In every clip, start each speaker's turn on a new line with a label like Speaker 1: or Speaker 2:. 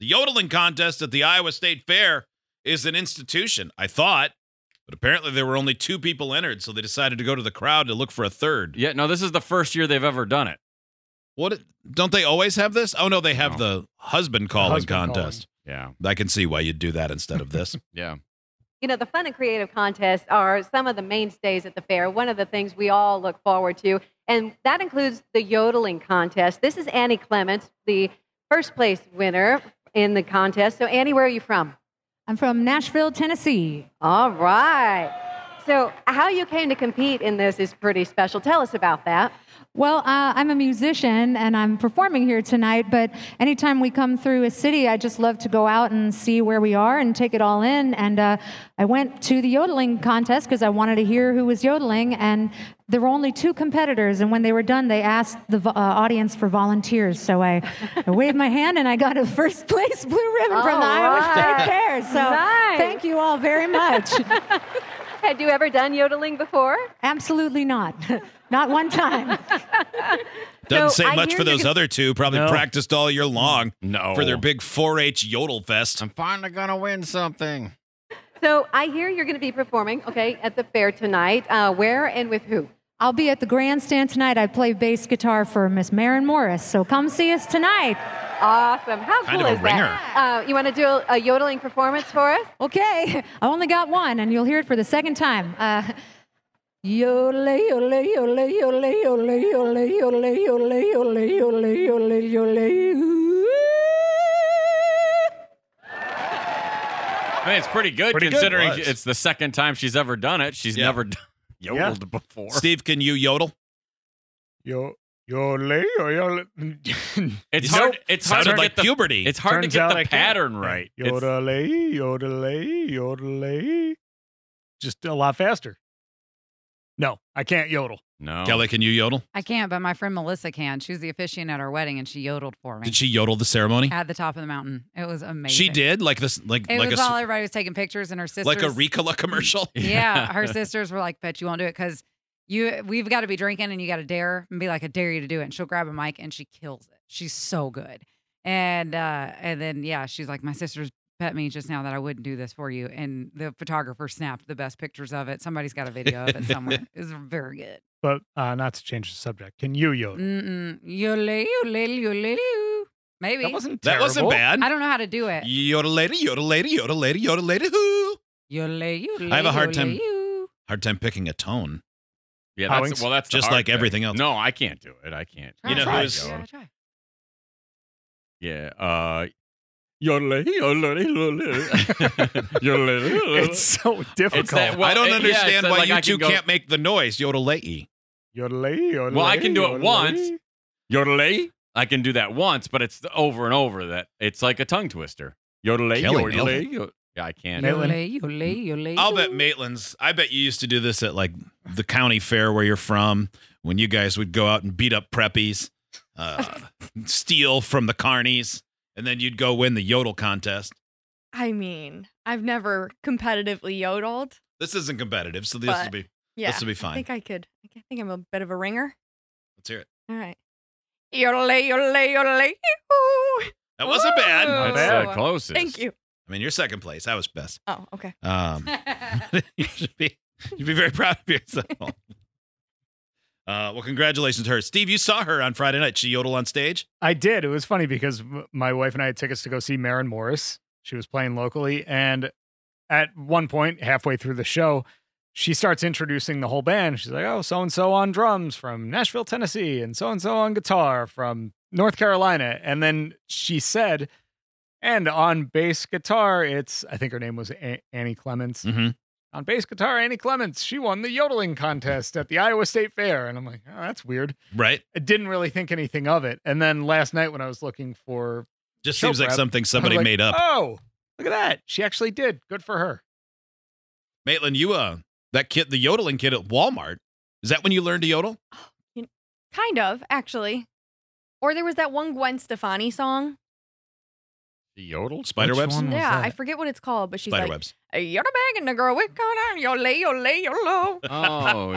Speaker 1: The yodeling contest at the Iowa State Fair is an institution, I thought, but apparently there were only two people entered, so they decided to go to the crowd to look for a third.
Speaker 2: Yeah, no, this is the first year they've ever done it.
Speaker 1: What? Don't they always have this? Oh no, they have the husband calling
Speaker 3: husband calling.
Speaker 1: contest.
Speaker 2: Yeah,
Speaker 1: I can see why you'd do that instead of this.
Speaker 2: yeah.
Speaker 4: You know, the fun and creative contests are some of the mainstays at the fair, one of the things we all look forward to. And that includes the yodeling contest. This is Annie Clements, the first place winner in the contest. So, Annie, where are you from?
Speaker 5: I'm from Nashville, Tennessee.
Speaker 4: All right. So, how you came to compete in this is pretty special. Tell us about that.
Speaker 5: Well, uh, I'm a musician and I'm performing here tonight, but anytime we come through a city, I just love to go out and see where we are and take it all in. And uh, I went to the yodeling contest because I wanted to hear who was yodeling, and there were only two competitors. And when they were done, they asked the vo- uh, audience for volunteers. So I, I waved my hand and I got a first place blue ribbon from the
Speaker 4: All
Speaker 5: Iowa
Speaker 4: right.
Speaker 5: State Fair. So
Speaker 4: Nice.
Speaker 5: thank you all very much.
Speaker 4: Had you ever done yodeling before?
Speaker 5: Absolutely not. not one time.
Speaker 1: Doesn't
Speaker 4: So
Speaker 1: say
Speaker 4: I
Speaker 1: much
Speaker 4: hear
Speaker 1: for
Speaker 4: you
Speaker 1: those
Speaker 4: can-
Speaker 1: other two. Probably
Speaker 3: No.
Speaker 1: practiced all year long
Speaker 2: No.
Speaker 1: for their big 4-H yodel fest.
Speaker 2: I'm finally gonna win something.
Speaker 4: So, I hear you're going to be performing, okay, at the fair tonight. Uh, where and with who?
Speaker 5: I'll be at the grandstand tonight. I play bass guitar for Miss Marin Morris, so come see us tonight.
Speaker 4: Awesome. How
Speaker 1: Kind
Speaker 4: cool
Speaker 1: of a
Speaker 4: is that? Uh, you want to do a, a yodeling performance for us?
Speaker 5: Okay, I only got one, and you'll hear it for the second time. Uh, Yole, yole, yole, yole, yole, yole, yole, yole, yole, yole, yole, yole. ooh.
Speaker 2: I mean, it's pretty good
Speaker 3: Pretty good.
Speaker 2: considering
Speaker 1: Was.
Speaker 2: it's the second time she's ever done it. She's
Speaker 1: Yeah.
Speaker 2: never d- yodeled before.
Speaker 1: Steve, can you yodel?
Speaker 3: Yo, yo, lay, yo, yo.
Speaker 2: It's
Speaker 1: You
Speaker 2: hard.
Speaker 1: sound-
Speaker 2: It's hard
Speaker 1: sounded
Speaker 2: to
Speaker 1: like
Speaker 2: get the.
Speaker 1: puberty.
Speaker 2: It's hard to
Speaker 3: Turns
Speaker 2: get
Speaker 3: out
Speaker 2: the
Speaker 3: I can't.
Speaker 2: pattern right. It's-
Speaker 3: Yodelay, yodelay, yodelay. Just a lot faster. No, I can't yodel.
Speaker 2: no.
Speaker 1: Kelly, can you yodel?
Speaker 6: I can't, but my friend Melissa can. She was the officiant at our wedding, and she yodeled for me
Speaker 1: Did she yodel the ceremony?
Speaker 6: at the top of the mountain. It was amazing.
Speaker 1: She did like this, like
Speaker 6: It
Speaker 1: like
Speaker 6: was
Speaker 1: a s-
Speaker 6: all everybody was taking pictures, and her sisters.
Speaker 1: like a Ricola commercial.
Speaker 6: Yeah, her sisters were like, "Bet you won't do it because you we've got to be drinking, and you got to dare and be like, I dare you to do it." And she'll grab a mic and she kills it. She's so good. And uh and then yeah, she's like, "My sisters bet me just now that I wouldn't do this for you," and the photographer snapped the best pictures of it. Somebody's got a video of it somewhere. It was very good.
Speaker 3: But uh, not to change the subject. Can you yodel?
Speaker 6: Mm-mm. Yole, yole, yole, yole. Maybe.
Speaker 3: That wasn't
Speaker 1: That
Speaker 3: terrible.
Speaker 1: wasn't bad.
Speaker 6: I don't know how to do it.
Speaker 1: Yodelator, yodelator, yodelator, yodelator. Who?
Speaker 6: Yole, yole,
Speaker 1: I have a hard
Speaker 6: yole,
Speaker 1: time-
Speaker 6: yo.
Speaker 1: Hard time picking a tone.
Speaker 2: Yeah. That's,
Speaker 3: Owings.
Speaker 2: well, that's the
Speaker 1: Just
Speaker 2: hard
Speaker 1: like
Speaker 2: thing.
Speaker 1: everything else.
Speaker 2: No, I can't do it. I can't.
Speaker 6: Try,
Speaker 1: know
Speaker 6: try,
Speaker 1: who's-
Speaker 6: try, try.
Speaker 2: Yeah. Uh. Yodelay, yodelay, yodelay. Yodelay, yodelay.
Speaker 3: It's so difficult.
Speaker 2: that- Well,
Speaker 1: I don't
Speaker 2: it- yeah,
Speaker 1: understand
Speaker 2: it's
Speaker 1: why
Speaker 2: like
Speaker 1: you
Speaker 2: I can
Speaker 1: two
Speaker 2: go-
Speaker 1: can't make the noise yodelay.
Speaker 3: Yodelay, yodelay,
Speaker 2: Well, I can do it
Speaker 3: yodelay.
Speaker 2: once. Yodelay. I can do that once, but it's over and over that it's like a tongue twister. Yodelay,
Speaker 1: Kelly nailed
Speaker 2: yodelay. yo- Yeah, I can't.
Speaker 3: Nailed Maitland.
Speaker 6: Yole, yole, yole,
Speaker 1: I'll
Speaker 6: yo.
Speaker 1: bet Maitland's. I bet you used to do this at like the county fair where you're from when you guys would go out and beat up preppies, uh, steal from the carnies, and then you'd go win the yodel contest.
Speaker 7: I mean, I've never competitively yodeled.
Speaker 1: This isn't competitive, so this will
Speaker 7: But-
Speaker 1: be.
Speaker 7: Yeah,
Speaker 1: This'll be fine.
Speaker 7: I think I could. I think I'm a bit of a ringer.
Speaker 1: Let's hear it.
Speaker 7: All right. Yodel, yodel, yodel. Ooh.
Speaker 1: That wasn't bad.
Speaker 7: Ooh.
Speaker 2: That's
Speaker 3: Not bad.
Speaker 2: the closest.
Speaker 7: Thank you.
Speaker 1: I mean, you're second place. That was best.
Speaker 7: Oh, okay.
Speaker 1: Um, you should be you'd be very proud of yourself. Uh, well, congratulations to her, Steve. You saw her on Friday night. She yodeled on stage.
Speaker 3: I did. It was funny because m- my wife and I had tickets to go see Marin Morris. She was playing locally. And at one point, halfway through the show, she starts introducing the whole band. She's like, oh, so and so on drums from Nashville, Tennessee, and so and so on guitar from North Carolina. And then she said, and on bass guitar, it's, I think her name was A- Annie Clements.
Speaker 1: Mm-hmm.
Speaker 3: On bass guitar, Annie Clements, she won the yodeling contest at the Iowa State Fair. And I'm like, oh, that's weird.
Speaker 1: Right?
Speaker 3: I didn't really think anything of it. And then last night when I was looking for
Speaker 1: Just
Speaker 3: Show
Speaker 1: seems like
Speaker 3: prep.
Speaker 1: something somebody
Speaker 3: Like,
Speaker 1: made up.
Speaker 3: Oh, look at that. She actually did. Good for her.
Speaker 1: Maitland, you uh, that kid, the yodeling kid at Walmart. Is that when you learned to yodel?
Speaker 7: Kind of, actually. Or there was that one Gwen Stefani song.
Speaker 2: The yodel?
Speaker 1: Spider webs?
Speaker 3: one? What was
Speaker 7: yeah, I
Speaker 3: that?
Speaker 7: forget what it's called, but she's
Speaker 1: Spider
Speaker 7: like,
Speaker 1: webs.
Speaker 7: "Hey, "You're the bag and the girl, we're gonna yole yole yolo."
Speaker 2: Oh,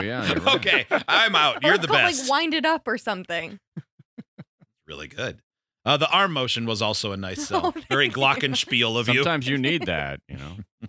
Speaker 2: yeah. you're right.
Speaker 1: okay, I'm out.
Speaker 7: or
Speaker 1: You're
Speaker 7: it's
Speaker 1: the
Speaker 7: called
Speaker 1: best.
Speaker 7: like "Wind It Up" or something.
Speaker 1: really good. Uh, the arm motion was also a nice, uh,
Speaker 7: Oh,
Speaker 1: very
Speaker 7: thank you.
Speaker 1: glockenspiel of you.
Speaker 2: Sometimes you need that, you know.